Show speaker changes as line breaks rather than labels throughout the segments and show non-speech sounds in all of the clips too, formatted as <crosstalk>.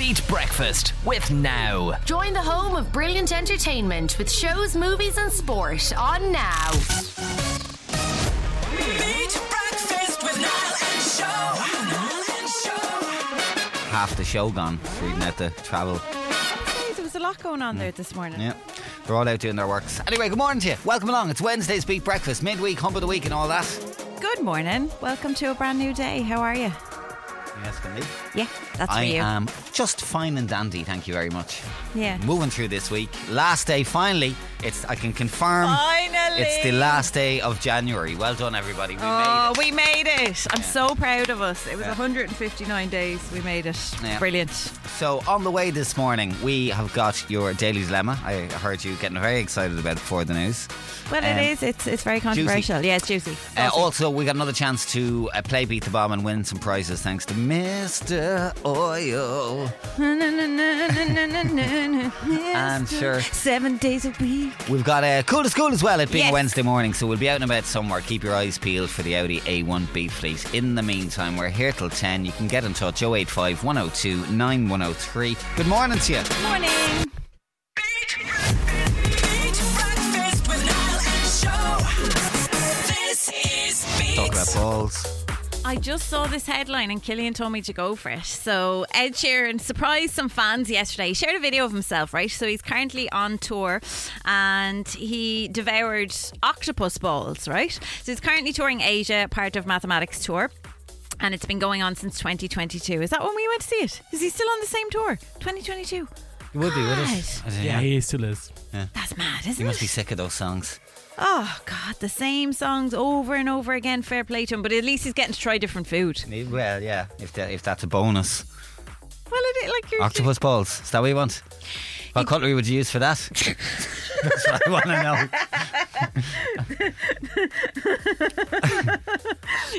Eat Breakfast with Now.
Join the home of brilliant entertainment with shows, movies, and sport on now.
Beach breakfast with Niall and Show. Niall and Show.
half the show gone, reading out the travel.
Jeez, There was a lot going on there this morning.
Yeah. They're all out doing their works. Anyway, good morning to you. Welcome along. It's Wednesday's Beat Breakfast, midweek, hump of the week, and all that.
Good morning. Welcome to a brand new day. How are you?
You're asking me?
Yeah, that's
I
for you.
am just fine and dandy, thank you very much.
Yeah.
Moving through this week. Last day, finally. It's I can confirm
Finally.
it's the last day of January. Well done, everybody. We
Oh,
made it.
we made it. I'm so proud of us. It was 159 days. We made it.
Yeah.
Brilliant.
So on the way this morning, we have got your daily dilemma. I heard you getting very excited about it before the news.
Well,
Um,
it is. It's it's very controversial. Yeah, it's juicy.
Uh, also, we got another chance to uh, play Beat the Bomb and win some prizes thanks to Mr. Oil. And sure.
Seven days a week.
We've got uh, Cool to School as well, it being
Yes.
Wednesday morning, so we'll be out and about somewhere. Keep your eyes peeled for the Audi A1B fleet. In the meantime, we're here till 10. You can get in touch 085 102 9103. Good morning to you.
Morning.
Beach breakfast with Niall and Show. This is
Talk about
Beats.
balls.
I just saw this headline and Killian told me to go for it. So Ed Sheeran surprised some fans yesterday. He shared a video of himself, right? So he's currently on tour and he devoured octopus balls, right? So he's currently touring Asia, part of Mathematics Tour. And it's been going on since 2022. Is that when we went to see it? Is he still on the same tour? 2022.
You would be, would
God.
it?
Yeah, he still is.
That's mad, isn't
You must
it?
be sick of those songs.
oh, God, the same songs over and over again. Fair play to him. But at least he's getting to try different food.
Well, yeah, if, that, if that's a bonus.
Well, it, like you're
Octopus balls. Is that what you want? What cutlery would you use for <laughs> that? That's what I want to know.
<laughs>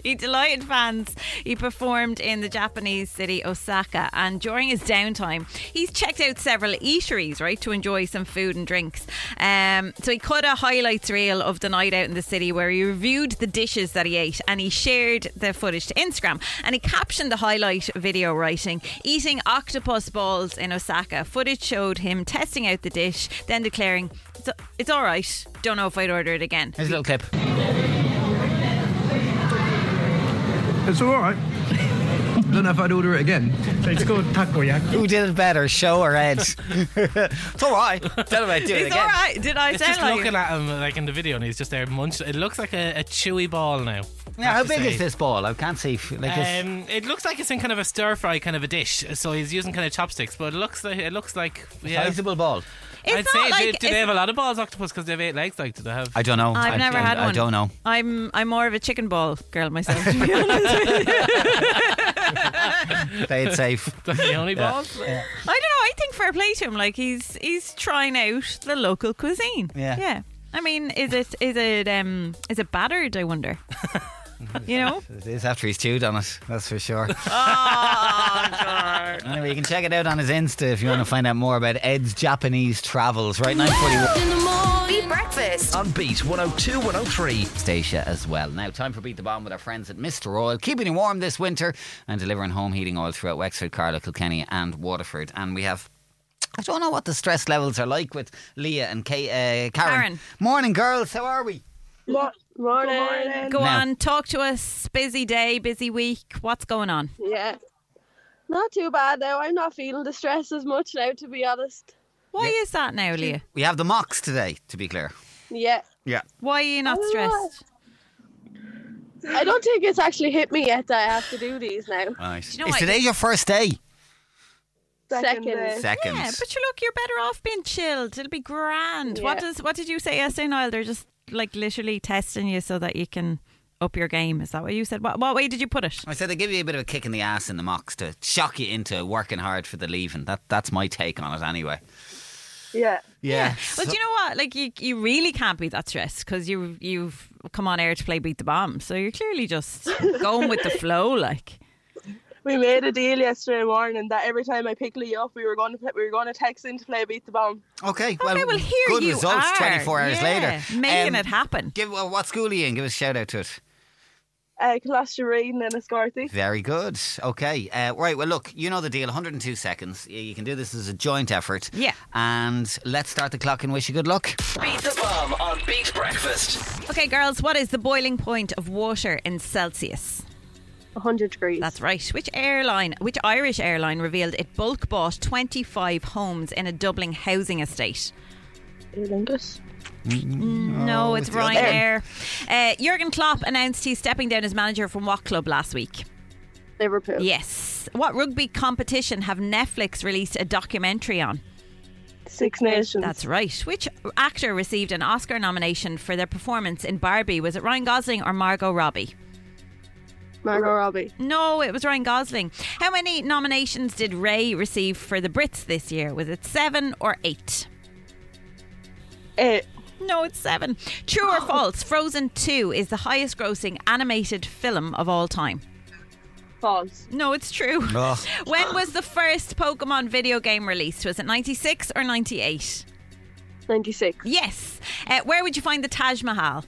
He delighted fans. He performed in the Japanese city Osaka, and during his downtime, he's checked out several eateries, right, to enjoy some food and drinks. Um, so he cut a highlights reel of the night out in the city where he reviewed the dishes that he ate and he shared the footage to Instagram. And he captioned the highlight video writing, Eating octopus balls in Osaka. Footage showed him testing out the dish, then declaring, It's, it's all right. Don't know if I'd order it again.
Here's a little clip.
It's all right. <laughs> Don't know if I'd order it again. It's called takoyaki.
Who did it better, show or
<laughs>
Ed? it's all right. Tell him I do it
It's
again.
all right. Did I
It's
sound
just
like
looking at him like in the video, and he's just there munching. It looks like a, a chewy ball now. I
Now, how
have to
big
say.
is this ball? I can't see. f- Like it's
Um, it looks like it's in kind of a stir fry kind of a dish. So he's using kind of chopsticks, but it looks like it looks like yeah.
sizable ball.
It's
I'd
not
say
like
do, do they
it's-
have a lot of balls octopus because they have eight legs? Like do they have?
I don't know.
I've
I,
never
I,
had
I
one.
don't know.
I'm I'm more of a chicken ball girl myself. To be honest. <laughs>
Play it safe.
<laughs> the only <laughs> balls.
I don't know. I think fair play to him. Like he's he's trying out the local cuisine.
Yeah.
Yeah. I mean, is it is it um is it battered?
<laughs>
I wonder. you know.
It is after he's chewed on it, that's for
<laughs>
sure.
Oh,
Anyway, you can check it out on his Insta if you want to find out more about Ed's Japanese travels. Right, 941.
In the morning. Eat breakfast.
On Beat 102 103.
Stacia as well. Now, time for Beat the Bomb with our friends at Mr. Oil, keeping you warm this winter and delivering home heating oil throughout Wexford, Carlow, Kilkenny, and Waterford. And we have. I don't know what the stress levels are like with Leah and Kay, uh, Karen.
Karen.
Morning, girls. How are we?
Morning.
Go
Now-
on. Talk to us. Busy day. Busy week. What's going on?
Yeah. Not too bad now. I'm not feeling the stress as much now, to be honest.
Why is that now, Leah?
We have the mocks today, to be clear.
Yeah.
Yeah.
Why are you not stressed?
I <laughs> don't think it's actually hit me yet that I have to do these now.
Right.
you know
Is
what?
today your first day?
Second.
Second.
Yeah, but you look, you're better off being chilled. It'll be grand. What
Yeah.
does what did you say yesterday, Niall? They're just like literally testing you so that you can up your game. Is that what you said? What, what way did you put it?
I said they give you a bit of a kick in the ass in the mocks to shock you into working hard for the leaving. That that's my take on it anyway.
Yeah.
Yeah.
Well, do you know what? Like you, you really can't be that stressed because you you've come on air to play beat the bomb. So you're clearly
<laughs>
just going with the flow. Like
We made a deal yesterday morning that every time I pick Lee up, we were going to play, we were going to text in to play beat the bomb.
Okay. Well,
okay, well here
good
you
results
are.
24 hours
Yeah,
later.
making
Um,
it happen.
Give well, what school are you in? Give us a shout out to it.
uh, Colossus Reading and a Scorty.
Very good. Okay. Uh, right. Well, look, you know the deal 102 seconds. Y- You can do this as a joint effort.
Yeah.
And let's start the clock and wish you good luck.
Beat the Bum on Beat Breakfast.
Okay, girls, what is the boiling point of water in Celsius?
100 degrees.
That's right. Which airline, which Irish airline revealed it bulk bought 25 homes in a Dublin housing estate?
Lingus.
no, it's
it's Oh, the other
Ryanair. Uh, Jurgen Klopp announced he's stepping down as manager from what club last week?
Liverpool.
Yes. What rugby competition have Netflix released a documentary on?
Six Nations.
That's right. Which actor received an Oscar nomination for their performance in Barbie? Was it Ryan Gosling or Margot Robbie?
Margot Robbie.
No, it was Ryan Gosling. How many nominations did Ray receive for the Brits this year? Was it seven or eight?
Eight.
No, it's seven. True or false? Frozen 2 is the highest grossing animated film of all time.
False.
No, it's true.
Oh.
When was the first Pokemon video game released? Was it 96 or 98?
96.
Yes. Uh, where would you find the Taj Mahal?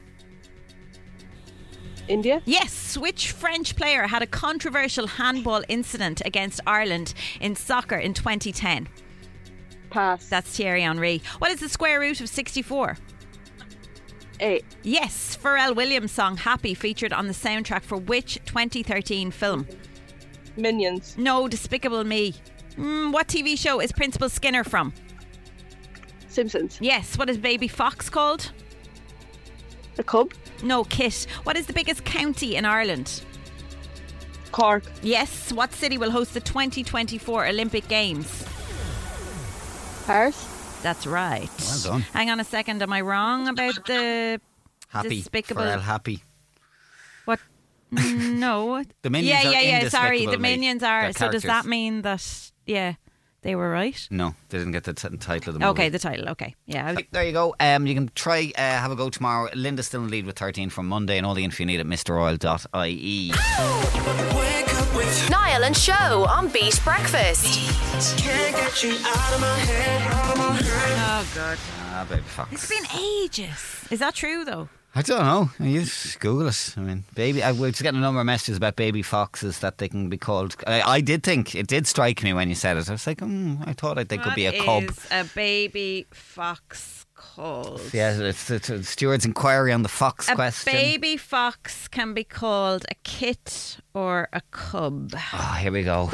India.
Yes. Which French player had a controversial handball incident against Ireland in soccer in 2010?
Pass.
That's Thierry Henry. What is the square root of 64?
eight.
Yes. Pharrell Williams' song Happy featured on the soundtrack for which 2013 film?
Minions.
No, Despicable Me. Mm, what TV show is Principal Skinner from?
Simpsons.
Yes. What is Baby Fox called?
The Cub.
No, Kit. What is the biggest county in Ireland?
Cork.
Yes. What city will host the 2024 Olympic Games?
Paris.
That's right.
Well done.
Hang on a second. Am I wrong
<laughs>
about the.
Happy.
Despicable.
Pharrell happy.
What? No.
The minions
yeah,
are
yeah, yeah. Sorry,
indespicable,
the
mate.
minions are.
They're
so does
characters.
that mean that? Yeah, they were right.
No, they didn't get the t- title of the movie.
Okay, the title. Okay, yeah.
<laughs>
I-
There you go. Um, you can try uh, have a go tomorrow. Linda's still in the lead with 13 from Monday, and all the info you need at mroil.ie.
Wake up with
Niall and Show on Beat Breakfast.
Can't get you out of my head, out of my head.
Oh God,
Ah, baby fox.
it's been ages. Is that true though?
I don't know. You just Google it. I mean, baby. I was getting a number of messages about baby foxes that they can be called. I, I did think it did strike me when you said it. I was like, mm, I thought that they could be a cub.
A baby fox called.
Yeah, it's, it's, it's Stuart's inquiry on the fox
A
question.
baby fox can be called a kit or a cub.
Ah, here we
<laughs>
go.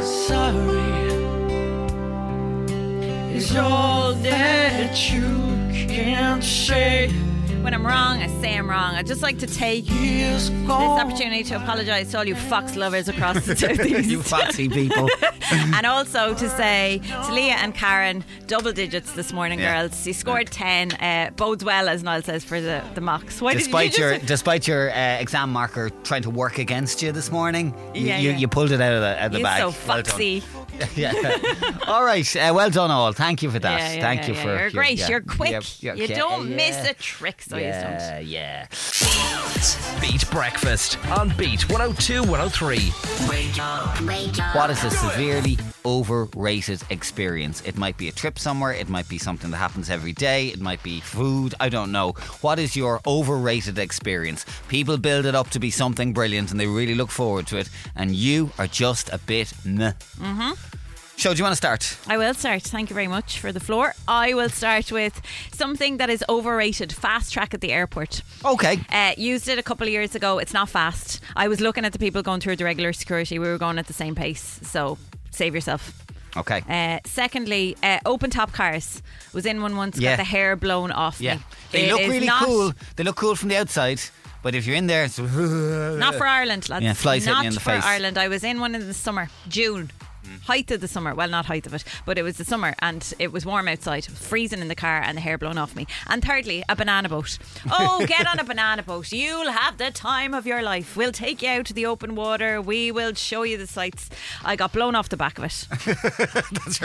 When I'm wrong, I say I'm wrong. I'd just like to take this opportunity to apologise to all you fox lovers
<laughs>
across the southeast.
you foxy people.
<laughs> and also to say to Leah and Karen, double digits this morning,
Yeah.
girls. You scored 10. Uh, bodes well, as Niall says, for the, the mocks. Why
Despite
did you
your
just-
despite your uh, exam marker trying to work against you this morning, you,
Yeah,
you,
yeah.
you pulled it out of the, out of the
You're
bag.
so
Well done.
foxy.
yeah. All right. Uh, well done, all. Thank you for that.
Yeah, yeah,
Thank
yeah,
you
yeah.
for.
You're
your-
great.
yeah.
You're quick.
Yeah,
you
yeah,
don't
yeah.
miss a trick, so you don't.
Yeah, yeah.
Beat Breakfast on Beat 102 103.
What is a severely overrated experience? It might be a trip somewhere, it might be something that happens every day, it might be food, I don't know. What is your overrated experience? People build it up to be something brilliant and they really look forward to it, and you are just a bit meh. Mm-hmm. So, do you want to start?
I will start. Thank you very much for the floor. I will start with something that is overrated fast track at the airport.
Okay.
Uh, used it a couple of years ago. It's not fast. I was looking at the people going through the regular security. We were going at the same pace. So save yourself.
Okay.
Uh, secondly, uh, open top cars. Was in one once,
Yeah.
got the hair blown off
yeah.
me.
They
It
look
is
really
not-
cool. They look cool from the outside, but if you're in there, it's. <laughs>
<laughs> Not for Ireland, lads.
Yeah, flies hit me
not
in the
for
face.
Ireland. I was in one in the summer, June. Height of the summer, well, not height of it, but it was the summer and it was warm outside, freezing in the car, and the hair blown off me. And thirdly, a banana boat. Oh, get on a banana boat. You'll have the time of your life. We'll take you out to the open water. We will show you the sights. I got blown off the back of it.
Did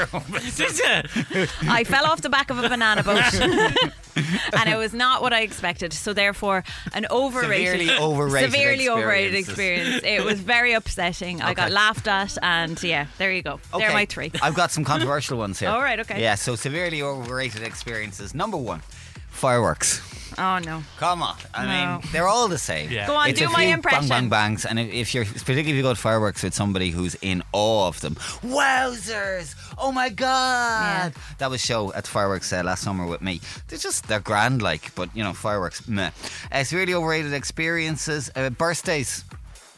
you?
I fell off the back of a banana boat. <laughs> and it was not what I expected. So therefore, an overrated
Severely overrated
severely overrated
experiences.
experience. It was very upsetting. I got
Okay.
laughed at and yeah, there you go. They're
Okay, <laughs>
my three. <laughs>
I've got some controversial ones here.
All right, okay.
Yeah, so severely overrated experiences. Number one, Fireworks.
Oh no.
Come on. I
No.
mean, they're all the same.
Yeah.
Go on,
It's
do
a
my
few
impression.
Bang, bang, bangs. And if- if you're, particularly if you go to fireworks with somebody who's in awe of them, wowzers! Oh my God! That was show at fireworks uh, last summer with me. They're just, they're grand like, but you know, fireworks, meh. Uh, severely overrated experiences, uh, birthdays.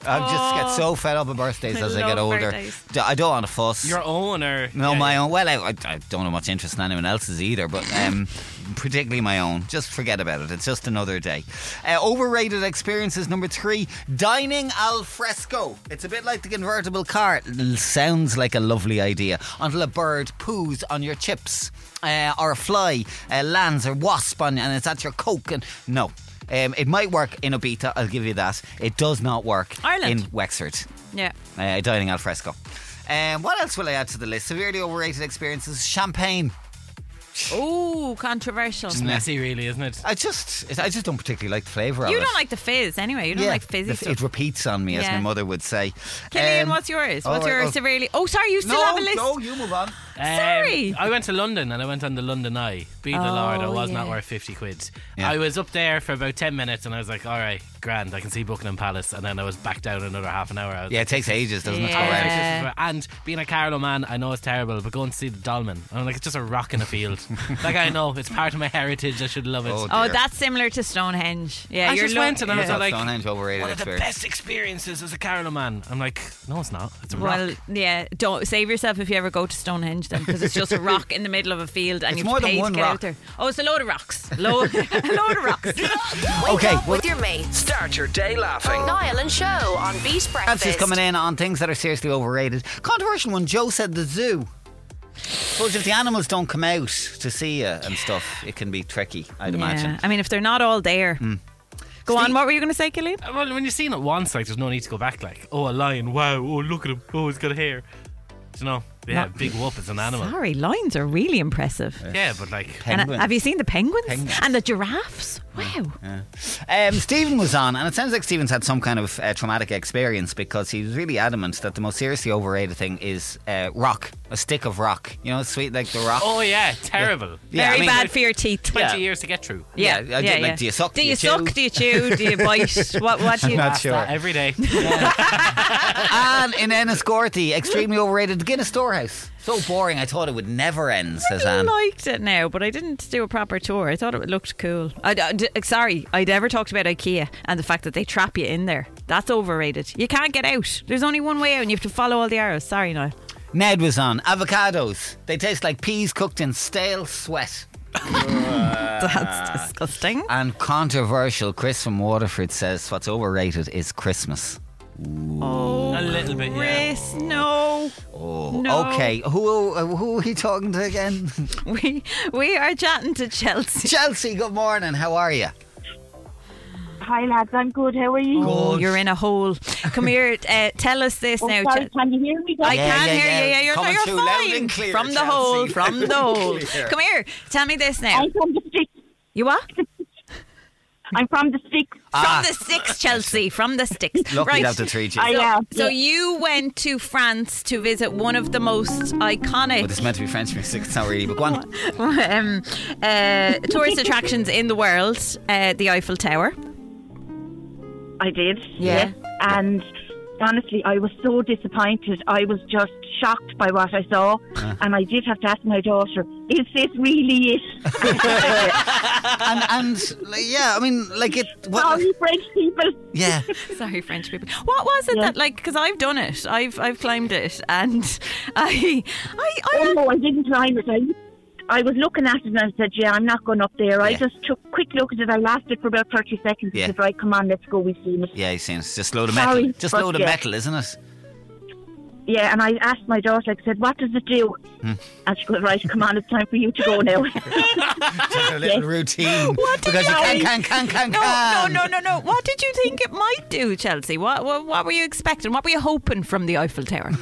I just get so fed up with birthdays
Oh. <laughs> I
as I
love
get older.
birthdays.
D- I don't want to fuss.
<laughs> Your own or
No,
yeah,
my
yeah.
own. Well, I, I- I don't have much interest in anyone else's either, but um, particularly my own. Just forget about it. It's just another day. Uh, overrated experiences number three: dining al fresco. It's a bit like the convertible car. L- Sounds like a lovely idea until a bird poos on your chips, uh, or a fly uh, lands or wasp on, and it's at your coke. And no. Um, it might work in Ibiza, I'll give you that. It does not work
Ireland.
in Wexford
Yeah.
uh, dining al fresco. Um, what else will I add to the list? Severely overrated experiences. Champagne.
Ooh, controversial.
It's messy, really, isn't it?
I just, I just don't particularly like the flavour of it.
You don't like the fizz anyway. You don't
Yeah,
like fizzy
the f-
stuff.
It repeats on me, as
Yeah.
my mother would say.
Killian,
Um,
what's yours?
all
What's
right,
yours
oh,
severely? Oh, sorry, you still
no,
have a list.
no, you move on.
Um,
Sorry.
I went to London and I went on the London Eye. Be the
Oh,
Lord, I was not
yeah.
worth 50 quid.
Yeah.
I was up there for about 10 minutes and I was like, all right, grand, I can see Buckingham Palace. And then I was back down another half an hour. I was
Yeah, it takes ages, doesn't it? to go
Yeah.
like,
round?
"This is for-" And being a Carlo man, I know it's terrible, but going to see the Dolmen, I'm like, it's just a rock in
<laughs>
a field. like, I know, it's part of my heritage. I should love it.
Oh,
Oh,
dear.
that's similar to Stonehenge. Yeah,
I
you're
just
lo-
went and I was
yeah.
like,
Stonehenge overrated
one of the
experience.
best experiences as a Carlo man. I'm like, no, it's not. It's a rock.
Well, yeah. Don't save yourself if you ever go to Stonehenge, then, because it's just a rock in the middle of a field, and
It's
you
more
have to
than
pay
one
to get
rock.
out there. Oh, it's a load of rocks. Load, <laughs> a load of rocks.
Wake
Okay,
up
well-
with your mates.
Start your day laughing.
Niall and Show on Beat
Answers
Breakfast.
coming in on things that are seriously overrated. Controversial one. Joe said the zoo. Suppose if the animals don't come out to see you and stuff, it can be tricky. I'd <laughs> imagine. Hmm.
Yeah. I mean, if they're not all there. Go on.
Steve-
What were you going to say, Killian?
Uh, Well, when you've seen it once, like there's no need to go back. Like, oh, a lion! Wow! Oh, look at him! Oh, he's got hair. Do you know? Yeah,
Not-
big whoop. It's an animal.
Sorry, lions are really impressive.
Yeah, but like,
And uh,
Penguin.
have you seen the penguins?
Penguins.
and the giraffes? Wow.
Um, Stephen was on, and it sounds like Stephen's had some kind of uh, traumatic experience because he was really adamant that the most seriously overrated thing is uh, rock, a stick of rock. You know, sweet like the rock.
oh yeah, terrible.
Yeah,
Very
I mean-
bad for your teeth.
Twenty
Yeah.
years to get through.
Yeah,
Yeah, I did, like, do you suck,
Do
do
you,
you chew?
suck? Do you chew? Do
<laughs>
you bite? What? What do you?
Not
do?
sure.
That
<laughs>
every day.
and in Enniscorthy, extremely overrated, the Guinness Storehouse. So boring. I thought it would never end. Says
I
Anne.
liked it now, but I didn't do a proper tour. I thought it looked cool. I, I d- sorry, I never talked about IKEA and the fact that they trap you in there. That's overrated. You can't get out. There's only one way out, and you have to follow all the arrows. Sorry, Niall. <laughs>
Ned was on. Avocados. They taste like peas cooked in stale sweat.
That's
Ah.
disgusting.
And controversial. Chris from Waterford says what's overrated is Christmas.
a little bit. Yeah.
Chris, no.
Oh,
No.
okay. Who uh, who are we talking to again?
<laughs>
<laughs>
We we are chatting to Chelsea.
Chelsea. Good morning. How are you?
Hi lads, I'm good. How are you?
Oh, you're in a hole.
<laughs>
Come here. Uh, tell us this now,
Oh, sorry,
Chel-
can you hear me?
I
guys?
Yeah,
can
yeah,
hear
yeah.
you. Yeah, you're, no,
Coming
you're
through loud and
fine.
clear,
from the
Chelsea.
hole,
<laughs>
from
Loud
the
and
hole.
clear.
Come here. Tell me this now.
I'm from the sticks.
You what?
I'm from the sticks.
Ah.
From the sticks, Chelsea. From the
<laughs>
sticks.
Lucky
right.
to have the three G.
I uh, am.
So you went to France to visit one of the most
But it's
iconic
meant to be French music. It's not really. But go on.
<laughs> um, uh, tourist attractions in the world, uh, the Eiffel Tower.
I did.
Yeah.
Yes. And honestly, I was so disappointed. I was just shocked by what I saw,
Uh.
and I did have to ask my daughter, "Is this really it?"
And and like, yeah, I mean, like it. <laughs> What,
Sorry, French people.
yeah,
Sorry, French people. What was it
Yeah.
that like? Because I've done it. I've I've climbed it, and <laughs> I I, I
<laughs> Oh no, I didn't climb it. I, I was looking at it and I said, "Yeah, I'm not going up there." I
Yeah.
just took a quick look at it. I lasted for about thirty seconds.
Yeah.
I said, "Right, come on, let's go. We've seen it."
yeah. You see, it's just load of metal.
Sorry,
just
but
load of
yeah.
metal, isn't it?
Yeah, and I asked my daughter, I said, what does it do? And she goes, right, come on, it's time for you to go now.
Just a little
Yes.
routine
What did
because you
I-
can, can, can, can,
No,
can.
no, no, no, no. What did you think it might do, Chelsea? What, what, what were you expecting? What were you hoping from the
<laughs>
Eiffel Tower?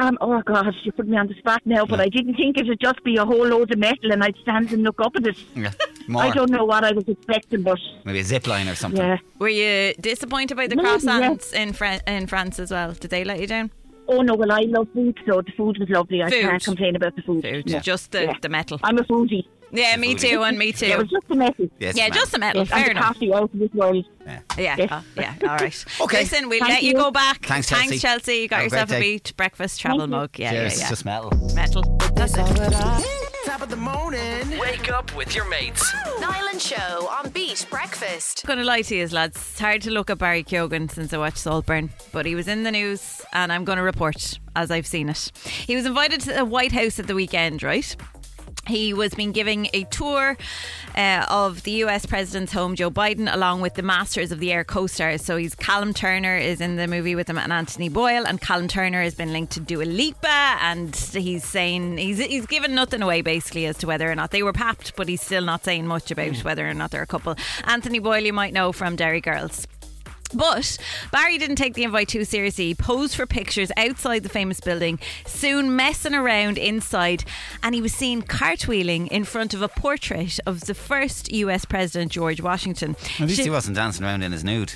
um, oh, God, she put me on the spot now, but I didn't think it would just be a whole load of metal and I'd stand and look up at it.
Yeah, more.
I don't know what I was expecting, but
Maybe a zip line or something.
yeah.
were you disappointed by the
Maybe,
croissants in, Fran- in France as well? Did they let you down?
Oh, no, well, I love food, so the food was lovely. I
Food.
can't complain about the food.
Food,
Yeah.
just the,
Yeah.
the metal.
I'm a foodie.
Yeah, me
Foodie.
too, and me too.
It was just a message.
Yes,
yeah,
ma'am.
just a medal.
Yes,
Fair
and the
enough.
coffee out of this world.
Yeah,
Yes.
oh, yeah. All right.
<laughs> Okay.
Listen, we'll
Thank
let you
you.
go back.
Thanks, Chelsea.
Thanks, Chelsea. You got
Have a great
yourself a
day.
beat breakfast travel mug. Yeah,
Cheers
yeah, yeah.
to smell.
metal.
Top of the morning. Wake up with your mates.
Niall and Show on Beat Breakfast.
Gonna lie to you, lads. It's hard to look at Barry Keoghan since I watched Saltburn, but he was in the news, and I'm gonna report as I've seen it. He was invited to the White House at the weekend, right? He was been giving a tour uh, of the US president's home, Joe Biden, along with the masters of the air co-stars. So he's Callum Turner is in the movie with him and Anthony Boyle, and Callum Turner has been linked to Dua Lipa, and he's saying he's he's given nothing away basically as to whether or not they were papped, but he's still not saying much about whether or not they're a couple. Anthony Boyle, you might know from Dairy Girls. But Barry didn't take the invite too seriously. He posed for pictures outside the famous building, soon messing around inside, and he was seen cartwheeling in front of a portrait of the first US President George Washington.
At least
She-
he wasn't dancing around in his nude.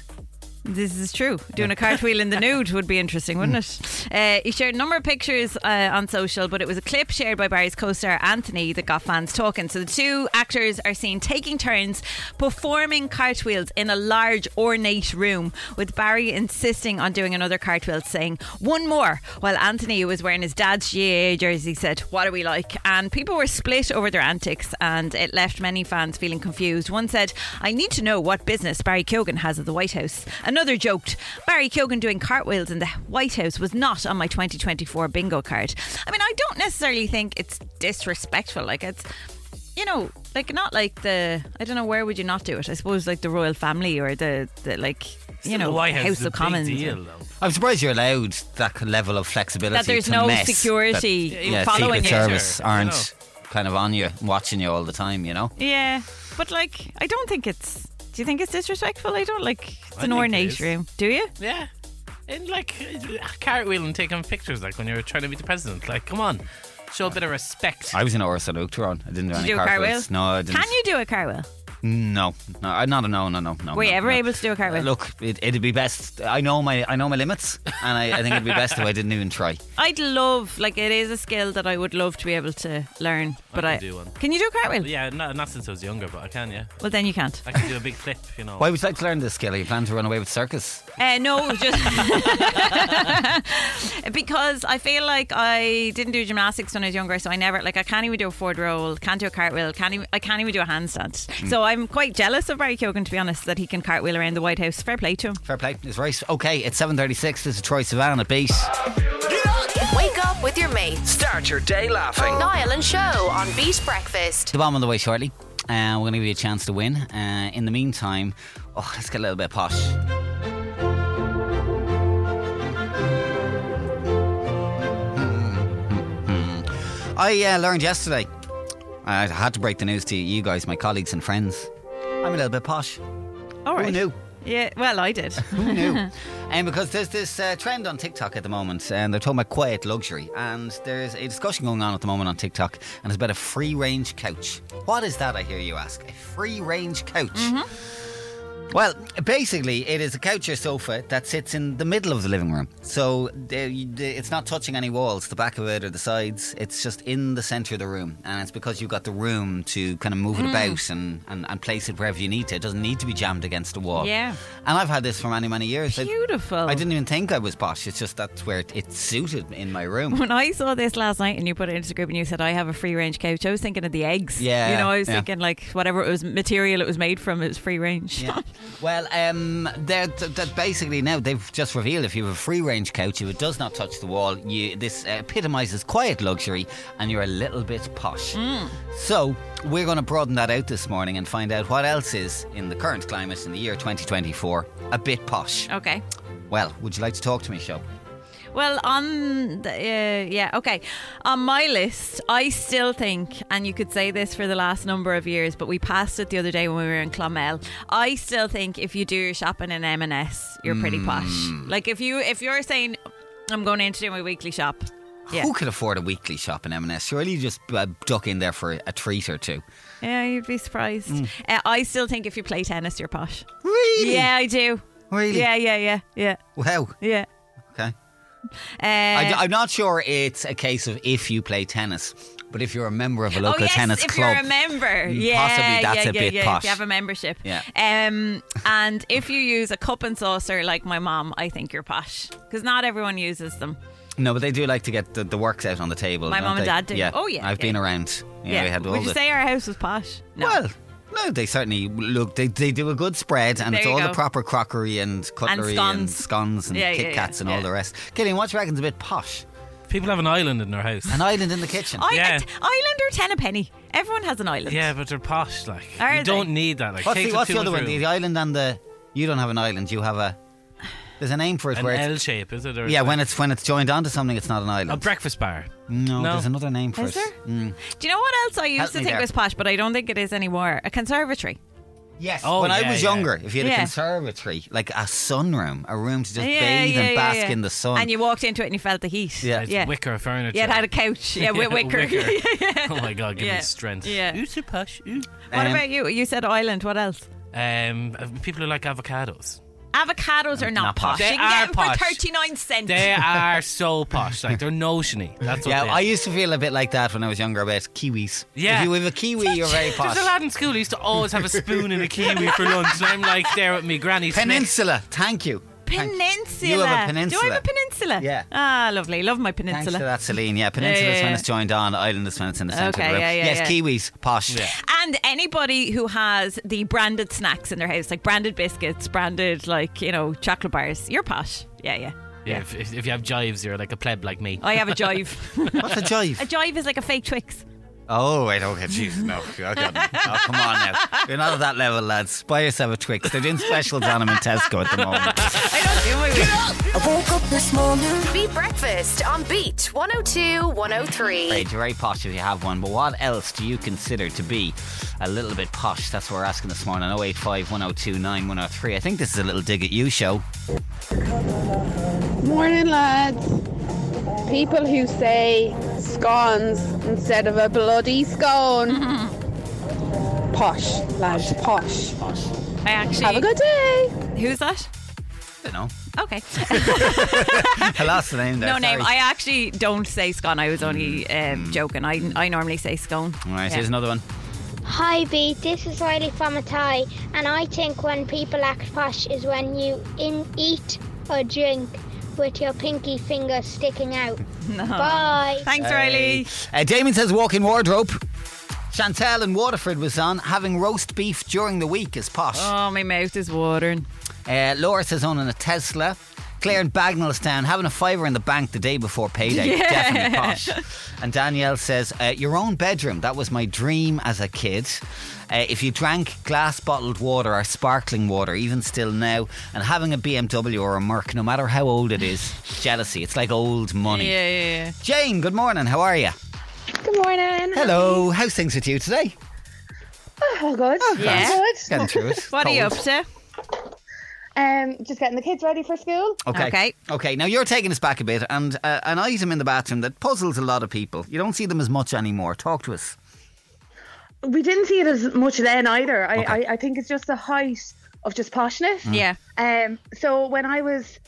this is true. Doing a cartwheel in the nude would be interesting, wouldn't it? Uh, he shared a number of pictures uh, on social, but it was a clip shared by Barry's co star Anthony that got fans talking. So the two actors are seen taking turns performing cartwheels in a large, ornate room, with Barry insisting on doing another cartwheel, saying, one more, while Anthony, who was wearing his dad's GAA jersey, said, What are we like? And people were split over their antics, and it left many fans feeling confused. One said, I need to know what business Barry Keoghan has at the White House. Another joked, Barry Keoghan doing cartwheels in the White House was not on my 2024 bingo card. I mean, I don't necessarily think it's disrespectful. Like, it's. You know, like not like the I don't know where would you not do it? I suppose like the royal family or the, the like you know
the White House,
House
is a
of Commons.
Big deal, though.
I'm surprised you're allowed that level of flexibility.
That there's
to
no
mess,
security
that,
even
yeah,
following
Secret
you.
Service
Sure, I
aren't kind of on you, watching you all the time. You know.
Yeah, but like, I don't think it's. Do you think it's disrespectful? I don't like. It's an
think it
ornate
is.
room. Do you?
Yeah. And like cartwheel and taking pictures like when you're trying to meet the president. Like, come on. Show a bit of respect.
I was in Orsa Luke Turon. I didn't do
Did
any
you do a
cartwheels.
cartwheel?
No, I didn't.
Can you do a cartwheel?
No, no, I- not a no, no, no, no.
Were you
no,
ever
no.
able to do a cartwheel?
Uh, Look, it, it'd be best. I know my, I know my limits, and I, I think it'd be best if I didn't even try.
I'd love, like, it is a skill that I would love to be able to learn. But
can
I,
do one.
Can you do a cartwheel?
yeah, not, not since I was younger, but I can, yeah.
Well, then you can't.
I can do a big <laughs> flip, you know.
Why would you like to learn this skill? Are you planning to run away with circus?
Uh,
<laughs>
no, just <laughs> because I feel like I didn't do gymnastics when I was younger, so I never like I can't even do a forward roll, can't do a cartwheel, can't even I can't even do a handstand.
Hmm.
So I'm quite jealous of Barry Keoghan to be honest that he can cartwheel around the White House. Fair play to him.
Fair play, it's right. Okay, it's seven thirty-six. This is Troy Sivan at Beat.
Wake up with your mates.
Start your day laughing.
Niall and Show on Beat Breakfast.
The bomb on the way shortly. Uh, we're going to give you a chance to win. Uh, in the meantime, oh, let's get a little bit posh. Hmm, I uh, learned yesterday. I had to break the news to you guys, my colleagues and friends. I'm a little bit posh.
All right.
knew?
Yeah. Well, I did. <laughs>
Who knew? and because there's this uh, trend on TikTok at the moment, and they're talking about quiet luxury, and there's a discussion going on at the moment on TikTok, and it's about a free range couch. What is that? I hear you ask. A free range couch. Well, basically, it is a couch or sofa that sits in the middle of the living room. So there- you- the- it's not touching any walls, the back of it or the sides. It's just in the centre of the room. And it's because you've got the room to kind of move
Mm.
it about and, and, and place it wherever you need to. It doesn't need to be jammed against a wall.
Yeah.
And I've had this for many, many years. I-
Beautiful.
I, didn't even think I was posh. It's just that's where it, it suited in my room.
When I saw this last night and you put it into the group and you said I have a free range couch, I was thinking of the eggs.
Yeah,
You know, I was
yeah.
thinking like whatever it was material it was made from, it was free range.
Yeah. Well, um, they're, th- that basically now they've just revealed if you have a free range couch, if it does not touch the wall, you this epitomizes quiet luxury and you're a little bit posh.
Hmm.
So we're going to broaden that out this morning and find out what else is in the current climate in the year 2024 a bit posh.
<laughs> Okay.
Well, would you like to talk to me, show?
Well, on the, uh, yeah, okay. On my list, I still think, and you could say this for the last number of years, but we passed it the other day when we were in Clonmel. I still think if you do your shopping in M&S, you're pretty
Mm.
posh. Like if you if you're saying I'm going in to do my weekly shop, yeah,
Who could afford a weekly shop in M&S? Surely you just uh, duck in there for a treat or two.
yeah, you'd be surprised. Uh, I still think if you play tennis, you're posh.
Mm. Really?
Yeah, I do.
Really?
Yeah, yeah, yeah, yeah,
Wow.
yeah.
Okay.
Uh,
I, am not sure it's a case of if you play tennis, but if you're a member of a local
oh, yes,
tennis
if
club. Mm,
you're a member. Yeah,
possibly that's
yeah,
a
yeah,
bit
yeah,
posh.
If you have a membership.
Yeah.
Um, and if you use a cup and saucer like my mom, I think you're posh. Because not everyone uses them.
no, but they do like to get the, the works out on the table.
My
don't
mum and
they?
dad do.
Yeah.
Oh, yeah,
I've
yeah.
been around. Yeah, we had all
Would you
the-
say our house was posh? No.
Well, no, they certainly look. They, they do a good spread, and
There
it's
you
all the
go.
proper crockery and cutlery and
scones.
scones and,
Yeah, yeah,
Kit
yeah,
Kats and all
yeah.
the rest. Killian, what do you reckon's a bit posh?
People have an island in their house.
An island in the kitchen.
I,
Yeah.
I- island or ten a penny? Everyone has an island.
Yeah, but they're posh. Like
Are
you don't
they?
need that. Like
what's
take
the,
it
what's
too
the other
much
one? The,
room.
the island and the. You don't have an island. You have a. There's a name for it
An
where.
L
It's,
shape, is it? Or
yeah, when it's when it's joined onto something, it's not an
a
island.
breakfast bar.
no,
No.
there's another name for
Is
it.
there?
Mm.
Do you know what else I used
Help
to
me
think
there.
was posh, but I don't think it is anymore? A conservatory.
Yes.
Oh,
when I
yeah,
was
yeah.
younger, if you had
Yeah.
a conservatory, like a sunroom, a room to just
yeah,
bathe
yeah,
and
yeah,
bask
yeah.
in the sun.
And you walked into it and you felt the heat.
Yeah.
It's
yeah.
wicker furniture.
Yeah, it had a couch.
<laughs>
Yeah, wi- wicker.
Oh my god,
<laughs>
give
Yeah.
me strength.
Yeah.
Ooh, so posh. Ooh.
What
Um,
about you? You said island. What else?
Um, people who like avocados.
Avocados are not,
not
posh.
posh.
You
They
can get
are
it
posh.
for 39 cents. <laughs>
They are so posh. Like they're notiony. That's what.
Yeah,
they
I
are.
used to feel a bit like that when I was younger about kiwis.
Yeah.
If you have a kiwi, you're
<laughs>
very posh.
There's a lad in school who used to always have a spoon and a kiwi for lunch, and I'm like there with me granny. Smith.
Peninsula, thank you. Thank-
Peninsula.
You have a
Do I
peninsula.
have a peninsula?
Yeah.
Ah, lovely. Love my
Thanks to
peninsula.
that, Celine. Yeah, peninsula
yeah,
is when
yeah.
it's joined on, island is when it's in the centre of
Okay,
the room.
yeah, yeah,
yes,
yeah.
kiwis, posh.
Yeah.
And anybody who has the branded snacks in their house, like branded biscuits, branded like you know chocolate bars, you're posh. Yeah, yeah.
Yeah, if, if if you have jives, you're like a pleb like me.
I have
<laughs>
a jive.
What's a jive?
a jive is like a fake Twix.
oh, wait, okay, jeez, no. <laughs> I got- oh, come on now. You're not at that level, lads. Buy yourself a Twix. They're doing
<laughs>
specials on them in Tesco at the moment.
I don't do my
I woke up this morning.
Beat Breakfast on Beat 102 103.
Great, you're very posh if you have one, but what else do you consider to be a little bit posh? That's what we're asking this morning. Oh, 085 102 9103. I think this is a little dig at you show.
Morning, lads. People who say scones instead of a bloody scone. Posh, lads, posh.
I actually.
Have a good day.
Who's that?
I don't know.
Okay.
I lost the name there.
no name.
sorry.
I actually don't say scone. I was only um, joking. I, I normally say scone.
All Mm. right,
Yeah.
here's another one.
Hi B, this is Riley from Atai, and I think when people act posh is when you in eat or drink with your pinky finger sticking out. Bye.
Thanks, Riley.
Uh, Damien says walk in wardrobe. Chantel in Waterford was on having roast beef during the week is posh.
Oh, my mouth is watering.
Uh, Laura says owning a Tesla. Claire in Bagnallstown having a fiver in the bank the day before payday. Definitely posh. And Danielle says, uh, Your own bedroom. That was my dream as a kid. Uh, if you drank glass bottled water or sparkling water, even still now, and having a BMW or a Merc, no matter how old it
<laughs>
is, jealousy. It's like old money.
Yeah, yeah, yeah.
Jane, good morning. How are you?
Good morning.
Hello. How's things with you today?
Oh, good.
Yeah.
Good.
Getting through it.
What are you up
Cold.
to?
Um, just getting the kids ready for school.
Okay.
Okay.
Okay. Now you're taking us back a bit, and uh, an item in the bathroom that puzzles a lot of people. You don't see them as much anymore. Talk to us.
We didn't see it as much then either. I, I, I think it's just the height of just poshness.
Mm.
Yeah.
Um, so when I was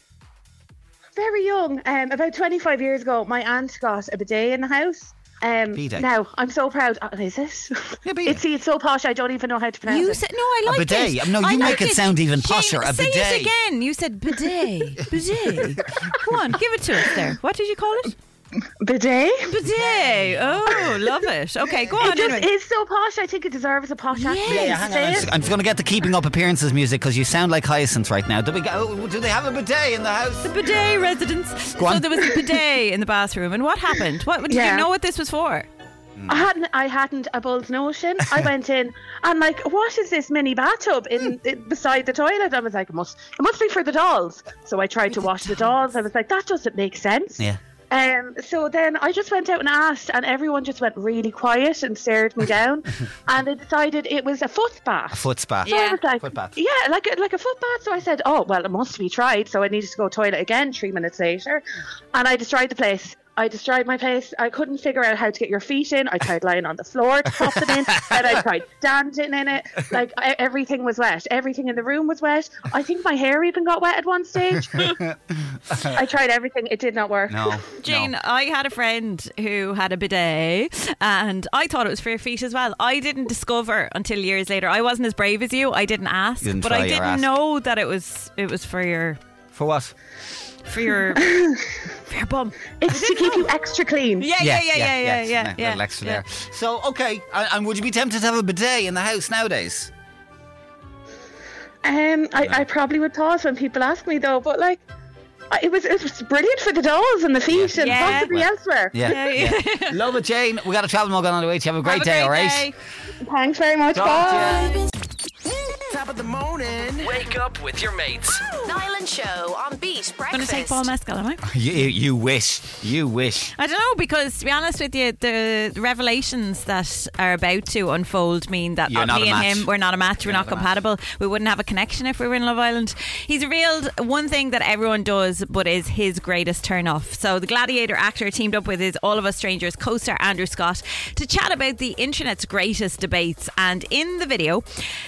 very young, um, about 25 years ago, my aunt got a bidet in the house. Um,
Bidet.
now I'm so proud. Oh, is it?
Yeah,
<laughs>
bidet.
it's, see, it's so posh. I don't even know how to pronounce
You
it.
said no. I like
bidet.
This.
No, you
I
make
like
it sound even
Shane,
posher, a
say
bidet.
it again. You said bidet. bidet. Come on, give it to us there. What did you call it?
bidet.
Bidet. Oh, love it. Okay, go
It
on.
just
Anyway.
is so posh. I think it deserves a posh accent.
Yeah, yeah,
to
hang
say
on. I'm
it.
just, I'm just going to get the keeping up appearances music because you sound like Hyacinth right now. Do we? Go, oh, do they have a bidet in the house?
Bidet residence.
Go on.
So there was <laughs> a bidet in the bathroom, and what happened? What did
Yeah.
you know what this was for?
I hadn't, I hadn't a bull's notion. I went in and like, what is this mini bathtub in, in beside the toilet? I was like, it must, it must be for the dolls. So I tried to wash the dolls. I was like, that doesn't make sense.
Yeah.
Um. So then I just went out and asked, and everyone just went really quiet and stared me down, and they decided it was a foot bath.
Foot spa.
So I was like,
Foot bath.
yeah, like a, like a foot bath. So I said, oh well, it must be tried. So I needed to go toilet again three minutes later, and I just tried the place. I destroyed my place. I couldn't figure out how to get your feet in. I tried lying on the floor to pop it in, and I tried standing in it. Like I, everything was wet. Everything in the room was wet. I think my hair even got wet at one stage. I tried everything. It did not work.
No.
Jane, I had a friend who had a bidet and I thought it was for your feet as well. I didn't discover until years later. I wasn't as brave as you. I didn't ask,
You didn't
but
try
I
or
didn't
ask.
know that it was it was for your
For what?
for
<laughs>
your for your bum.
It's to keep you extra
<laughs>
clean.
Yeah, yeah, yeah, yeah, yeah,
it's
yeah,
a
yeah.
Little extra there. So okay, and and would you be tempted to have a bidet in the house nowadays?
Um, I, I probably would pause when people ask me though, but like, I- it was it was brilliant for the dolls and the feet and
Yeah.
possibly
Well,
elsewhere.
Yeah. yeah. Love it, Jane. We got a travel mug on the way. to You have a great day, all right?
Thanks very much.
Talk
Bye.
to
Top of the morning. Wake up with your mates.
Niall and Show on Beat Breakfast.
I'm gonna take Paul Mescal, am I?
You, you, you wish. You wish.
I don't know because to be honest with you, the revelations that are about to unfold mean that
You're
uh,
not
me
a
and
match.
him we're not a match.
You're
we're
not
not,
a match.
compatible. We wouldn't have a connection if we were in Love Island. He's revealed one thing that everyone does, but is his greatest turn off. So the Gladiator actor teamed up with his All of Us Strangers co-star Andrew Scott to chat about the internet's greatest debates. And in the video,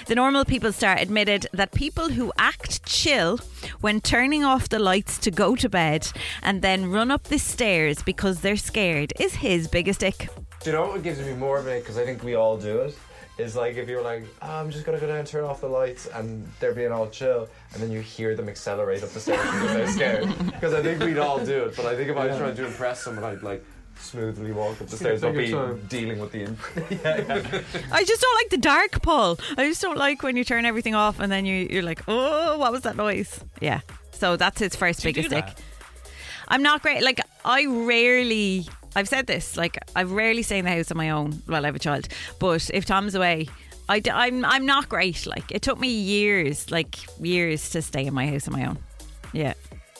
the Normal People star admitted that people who act chill when turning off the lights to go to bed and then run up the stairs because they're scared is his biggest ick.
Do you know what gives me more of it? Because I think we all do it. Is like if you're like, oh, I'm just gonna go down and turn off the lights, and they're being all chill, and then you hear them accelerate up the stairs because they're scared. Because I think we'd all do it. But I think if I was
Yeah.
trying to impress someone, I'd like smoothly walk up the
Just
stairs, not
take
be
your time.
dealing with the. In-
I just don't like the dark, Paul. I just don't like when you turn everything off and then you, you're like, oh, what was that noise? Yeah. So that's his first
Do you
biggest
do
ick.
that?
I'm not great. Like, I rarely, I've said this, like, I rarely stay in the house on my own while I have a child. But if Tom's away, I, d- I'm, I'm not great. Like, it took me years, like, years to stay in my house on my own. Yeah.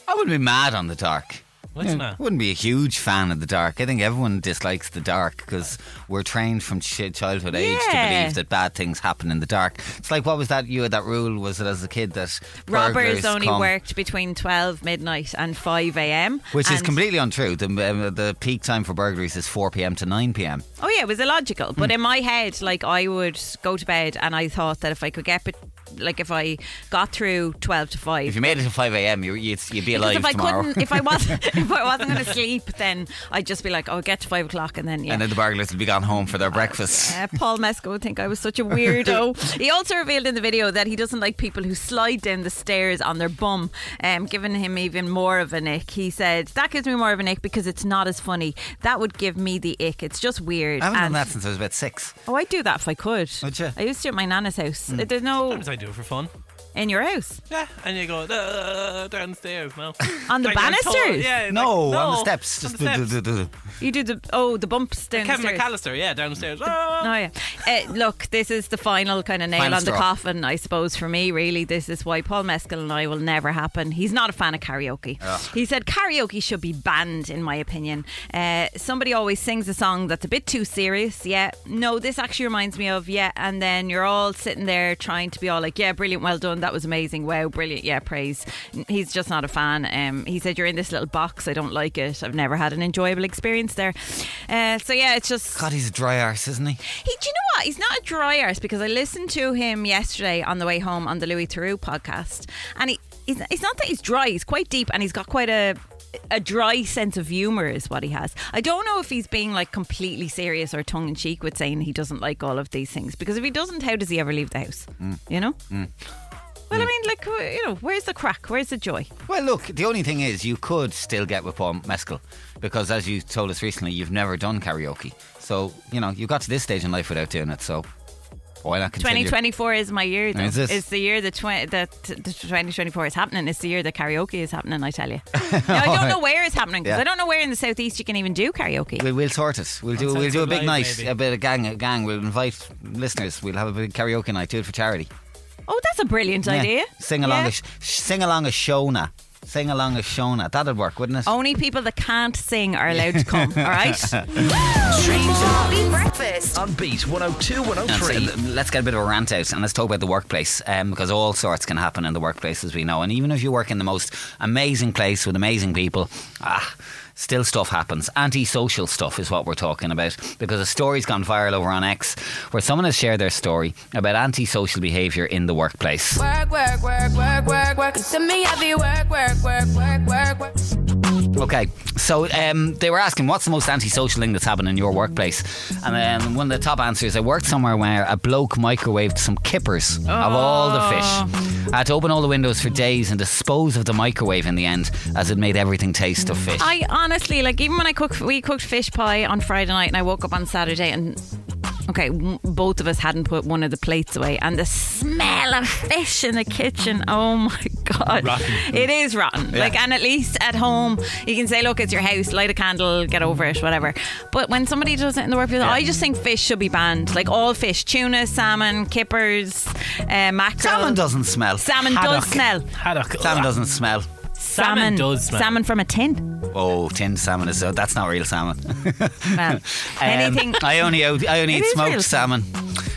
I wouldn't be mad on the dark.
What's
Hmm.
Yeah,
that?
Wouldn't be a huge fan of the dark. I think everyone dislikes the dark because we're trained from ch- childhood age to
Yeah.
believe that bad things happen in the dark. It's like what was that? You had that rule was it as a kid that burglars
Robbers only
come-
worked between 12 midnight and 5 a.m.
which is
and-
completely untrue. The, um, the peak time for burglaries is four p.m. to nine p.m.
Oh yeah, it was illogical. But
Hmm.
in my head, like I would go to bed and I thought that if I could get, bet- like if I got through twelve to five.
If you made it to five a.m., you, you'd, you'd be
because
alive
if I
tomorrow.
couldn't, if I wasn't, if I wasn't going to sleep, then I'd just be like, "Oh, get to five o'clock," and then
<laughs>
yeah.
And then the burglars would be gone home for their breakfast.
Uh, Paul Mesco would think I was such
<laughs>
a weirdo. he also revealed in the video that he doesn't like people who slide down the stairs on their bum, um, giving him even more of an ick. He said, That gives me more of an ick because it's not as funny. That would give me the ick. It's just weird.
I haven't done
And-
that since I was about six.
Oh, I'd do that if I could.
Would you?
I used to at my nana's house.
Mm.
There's no
Sometimes I do it for fun.
in your house.
Yeah, and you go "Uh, downstairs now.
On the banisters?
yeah,
no,
like,
on the
no,
steps.
on
Just
the steps.
do- do- do- do.
You do the oh the bumps down
Kevin
the stairs.
McAllister, yeah, downstairs. Ah.
Oh yeah. Uh, look, this is the final kind of nail
Final
on the
straw.
coffin, I suppose, for me. Really, this is why Paul Mescal and I will never happen. He's not a fan of karaoke.
Ugh.
He said karaoke should be banned, in my opinion. Uh, somebody always sings a song that's a bit too serious. Yeah, no, this actually reminds me of yeah, and then you're all sitting there trying to be all like, yeah, brilliant, well done, that was amazing, wow, brilliant, yeah, praise. N- He's just not a fan. Um, he said you're in this little box. I don't like it. I've never had an enjoyable experience there. Uh, so yeah, it's just
God, he's a dry arse, isn't he?
he, do you know what? He's not a dry arse because I listened to him yesterday on the way home on the Louis Theroux podcast, and he he's, it's not that he's dry. He's quite deep, and he's got quite a a dry sense of humor is what he has. I don't know if he's being like completely serious or tongue in cheek with saying he doesn't like all of these things because if he doesn't, how does he ever leave the house?
Mm.
You know.
Mm.
Well, I mean, like wh- you know, where's the crack? Where's the joy?
Well, look, the only thing is, you could still get with Paul Mescal because, as you told us recently, you've never done karaoke. So, you know, you got to this stage in life without doing it. So, why not continue?
2024 is my year. Though.
Is it?
It's the year that, twen- that that 2024 is happening. It's the year that karaoke is happening.
<laughs>
I tell you. No, I don't know where it's happening because
Yeah.
I don't know where in the southeast you can even do karaoke.
We'll, we'll sort it. We'll do.
sounds
We'll do a
good
big
live,
night,
maybe.
a bit of gang, a gang. We'll invite listeners. We'll have a big karaoke night. Do it for charity.
Oh, that's a brilliant
Yeah.
idea.
Sing along,
Yeah.
a, sh- sing along a Shona. Sing along a Shona. That'd work, wouldn't it?
Only people that can't sing are allowed to come. all right.
<laughs>
Beat Breakfast.
On Beat 102,
Now,
Let's, um, let's get a bit of a rant out and let's talk about the workplace um, because all sorts can happen in the workplace, as we know. And even if you work in the most amazing place with amazing people, ah, still stuff happens. Antisocial stuff is what we're talking about because a story's gone viral over on X where someone has shared their story about antisocial behaviour in the workplace.
Work, work, work, work, work, work. To me, I be work, work, work, work, work, work.
Okay, so um, they were asking what's the most antisocial thing that's happened in your workplace, and then one of the top answers I worked somewhere where a bloke microwaved some kippers of all the
Oh.
fish. I had to open all the windows for days and dispose of the microwave in the end, as it made everything taste of fish.
I honestly like even when I cooked, we cooked fish pie on Friday night, and I woke up on Saturday and. Okay, m- both of us hadn't put one of the plates away, and the smell of fish in the kitchen. Oh my god,
Rotten.
it is rotten.
Yeah.
Like, and at least at home, you can say, "Look, it's your house. Light a candle, get over it, whatever." But when somebody does it in the workplace, I just think fish should be banned. Like all fish: tuna, salmon, kippers, uh, mackerel.
Salmon doesn't smell.
Salmon
Haddock.
does smell.
Haddock. Salmon doesn't smell.
Salmon,
does smell.
Salmon from
<laughs>
a tin.
Oh, tinned salmon is uh, that's not real salmon. <laughs>
Well, anything.
Um, I only I only
It
eat
is
smoked
real.
salmon.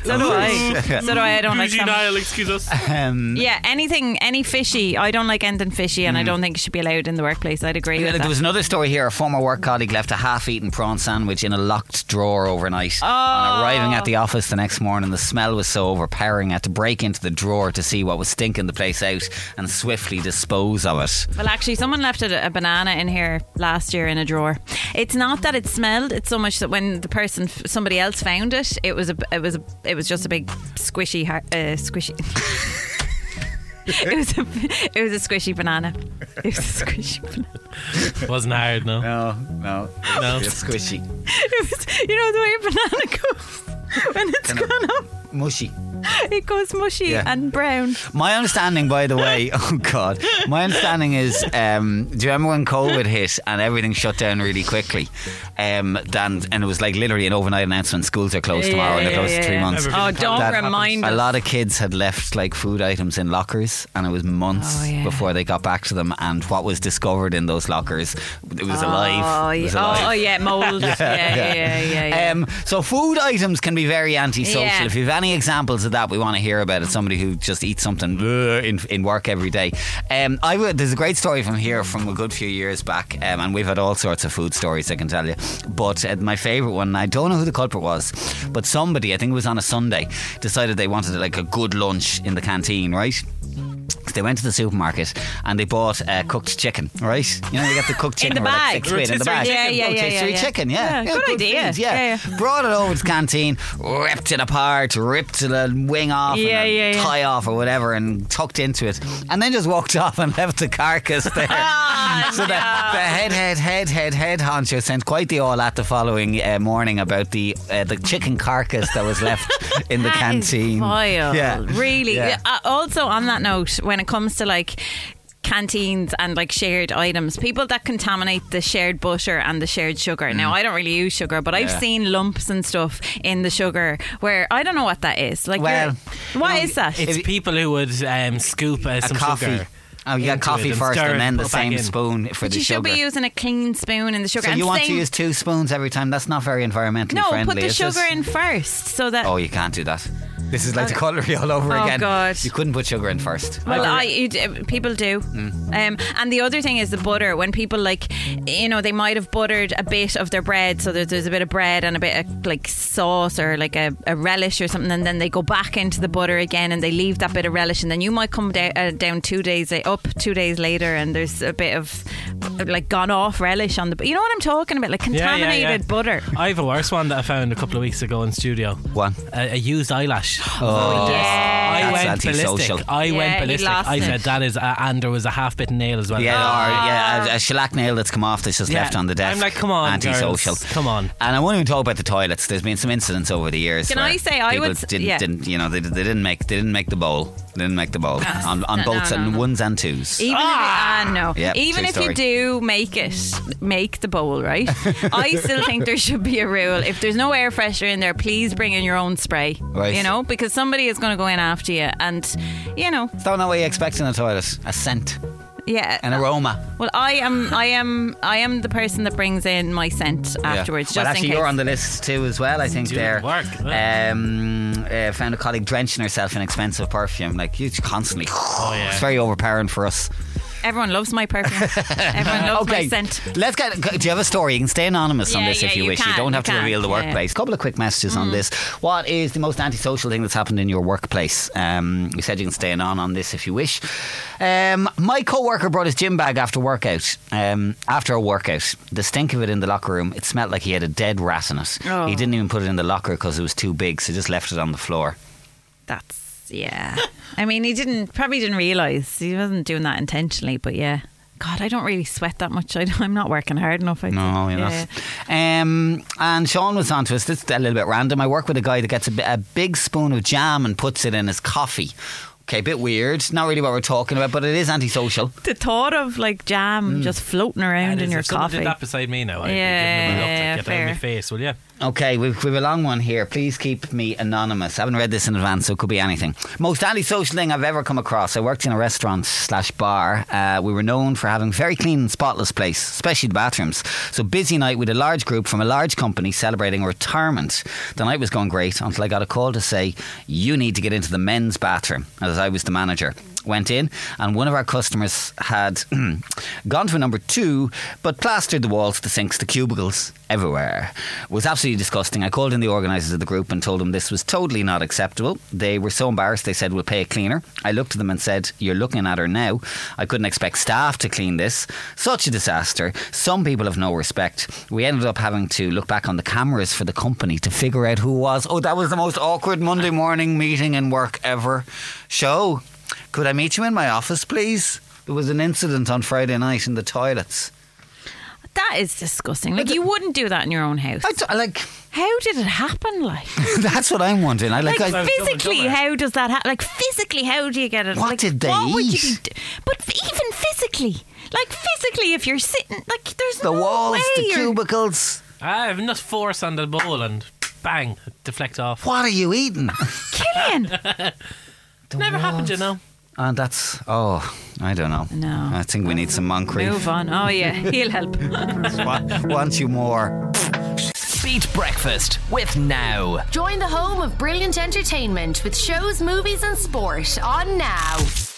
So do <laughs> I. so do I. I don't like
Bougie
salmon.
Niall, excuse us. Um,
Yeah, anything, any fishy. I don't like anything fishy, and I don't think it should be allowed in the workplace. I'd agree with
Mm. There
that.
was another story here. A former work colleague left a half-eaten prawn sandwich in a locked drawer overnight.
Oh.
On arriving at the office the next morning, the smell was so overpowering. I had to break into the drawer to see what was stinking the place out and swiftly dispose of it.
well, actually, someone left a, a banana in here last year in a drawer. It's not that it smelled; it's so much that when the person, somebody else found it, it was a, it was a, it was just a big squishy, har- uh, squishy. <laughs> it was a, it was a squishy banana. It was a squishy <laughs> banana.
<laughs> Wasn't hard, no.
No, no.
No.
It's squishy.
It was, you know the way a banana <laughs> goes when it's
Kind of-
gone up.
Mushy.
It goes mushy
Yeah.
and brown.
My understanding, by the way, <laughs> oh god, my understanding is, um, do you remember when COVID hit and everything shut down really quickly? Um, then, and it was like literally an overnight announcement: schools are closed
Yeah,
tomorrow, and they're
yeah,
closed
yeah,
for three
yeah.
months.
Never been Oh, in Dublin. don't
That-
remind us.
A lot of kids had left like food items in lockers, and it was months
Oh, yeah.
before they got back to them. And what was discovered in those lockers, it was alive. It was
Oh,
alive.
oh, yeah,
<laughs>
mold. yeah, yeah, yeah, yeah, yeah,
Um, so food items can be very antisocial.
Yeah.
If you have any examples of that, we want to hear about it. Somebody who just eats something bleh, in, in work every day. Um, I would, there's a great story from here from a good few years back, um, and we've had all sorts of food stories I can tell you. But uh, my favourite one, I don't know who the culprit was, but somebody, I think it was on a Sunday, decided they wanted like a good lunch in the canteen, right? So They went to the supermarket and they bought uh, cooked chicken, right? You know, you get the cooked
In
chicken
the
with,
bag.
like six quid in the bag.
Rotisserie chicken. Yeah, yeah, yeah,
Rotisserie
yeah, yeah.
chicken, yeah.
Yeah, good idea.
feed, yeah. Brought it over to the canteen, ripped it apart, ripped the wing off,
Yeah,
and
yeah,
the
yeah.
tie off or whatever, and tucked into it, and then just walked <laughs> off and left the
<laughs>
carcass there. so the, the head, head, head, head, head honcho sent quite the all at the following uh, morning about the uh, the chicken carcass that was
<laughs>
left in the
That is
canteen.
vile.
Yeah,
Really.
Yeah.
Uh, also, on that note, when it comes to like canteens and like shared items, people that contaminate the shared butter and the shared sugar. Now, I don't really use sugar, but I've
Mm. Yeah.
seen lumps and stuff in the sugar where I don't know what that is. Like,
Well,
well, what is that?
It's people who would um, scoop uh,
A
some
coffee.
sugar.
Oh, you got
into
coffee
it
first,
stir
and
it,
then
put
the
it back
same
in.
spoon for
but
the
you
sugar.
should be using a clean spoon in the sugar.
so
and
you want to
same-
use two spoons every time? That's not very environmentally
no,
friendly.
put the
is
sugar
it?
in first so that
Oh, you can't do that. This is like the cutlery all over
Oh,
again.
God.
You couldn't put sugar in first.
Well, uh, I, you d- people do.
Mm.
Um, and the other thing is the butter. When people like, you know, they might have buttered a bit of their bread, so there's, there's a bit of bread and a bit of like sauce or like a, a relish or something, and then they go back into the butter again and they leave that bit of relish, and then you might come down, uh, down two days uh, up two days later, and there's a bit of uh, like gone off relish on the. You know what I'm talking about? Like contaminated butter.
I have a worse one that I found a couple of weeks ago in studio.
One.
A, a used eyelash.
Oh,
yes. I
That's
went
antisocial.
ballistic. I
Yeah,
went
he
ballistic.
lost
I
it.
said that is, uh, and there was a half bitten nail as well. Ah.
Yeah, or
Ah.
yeah, a, a shellac nail that's come off that's just
Yeah.
left on the desk.
I'm like, come on,
antisocial.
girls, come on.
And I won't even talk about the toilets. There's been some incidents over the years.
Can
where
I say I
people
would s-
Didn't,
yeah.
didn't you know they, they didn't make they didn't make the bowl. They didn't make the
<laughs>
bowl
Ah,
on, on
no,
both
no,
and
no, no.
ones and twos.
Even if, ah, no.
Yeah,
Even
true
if you
story.
do make it, make the
<laughs>
bowl, right? I still think there should be a rule. If there's no air freshener in there, please bring in your own spray.
Right.
You know, because somebody is going to go in after you, and you know,
Don't know what you expect in a toilet. A scent,
yeah.
an aroma.
Well, I am, I am, I am the person that brings in my scent afterwards,
Yeah.
just
well, actually,
in case.
you're on the list too as well. I think
Doing
there.
work.
Um, uh, found a colleague drenching herself in expensive perfume. Like you just constantly.
yeah.
It's very overpowering for us.
Everyone loves my perfume.
<laughs>
Everyone loves my
Okay.
scent.
Let's get. Do you have a story? You can stay anonymous on
Yeah,
this
yeah,
if you,
you
wish.
can,
you don't
you
have to
can,
reveal the
yeah. Mm.
workplace. A couple of quick messages on this. What is the most antisocial thing that's happened in your workplace? Um, you said you can stay anon on this if you wish. Um, my co-worker brought his gym bag after workout. Um, after a workout, the stink of it in the locker room. It smelled like he had a dead rat in it.
Oh.
He didn't even put it in the locker because it was too big, so just left it on the floor.
That's yeah. I mean, he didn't probably didn't realize he wasn't doing that intentionally, but yeah. God, I don't really sweat that much. <laughs> I don't, I'm not working hard enough. I
No,
think.
you're
Yeah.
not. Um, and Sean was on to us. This is a little bit random. I work with a guy that gets a, bi- a big spoon of jam and puts it in his coffee. Okay, a bit weird. Not really what we're talking about, but it is antisocial.
The thought of like
Mm.
jam just floating around in your
if someone
coffee.
did that beside me now, I'd be giving them a
Yeah,
look like, get out of
fair.
my face, will you?
Okay, we've, we've a long one here. Please keep me anonymous. I haven't read this in advance, so it could be anything. Most antisocial thing I've ever come across. I worked in a restaurant slash bar. Uh, we were known for having very clean and spotless place, especially the bathrooms. So busy night with a large group from a large company celebrating retirement. The night was going great until I got a call to say you need to get into the men's bathroom, as I was the manager. Went in, and one of our customers had <clears throat> gone to a number two, but plastered the walls, the sinks, the cubicles everywhere. It was absolutely disgusting. I called in the organisers of the group and told them this was totally not acceptable. They were so embarrassed, they said, We'll pay a cleaner. I looked at them and said, You're looking at her now. I couldn't expect staff to clean this. Such a disaster. Some people have no respect. We ended up having to look back on the cameras for the company to figure out who was. Oh, that was the most awkward Monday morning meeting in work ever. Show, could I meet you in my office, please? There was an incident on Friday night in the toilets.
That is disgusting. Like you wouldn't do that in your own house.
like <laughs>
how did it happen? Like
That's what I'm wondering. I
like,
like, I,
physically, how does that happen? Like physically, how do you get it?
What
like,
did they
what Would you
eat?
be do- but f- even physically, like physically, if you're sitting, like there's
The
no
walls,
way
the
you're-
cubicles.
I have enough force on the bowl and bang, deflect off.
What are you eating?
Killing.
Never happened, you know.
And Ah, that's oh, I don't know. No, I think we need some Moncrief.
Move on. Oh yeah, he'll help. <laughs>
Wa- Want you more?
Beat breakfast with now.
Join the home of brilliant entertainment with shows, movies, and sport on now.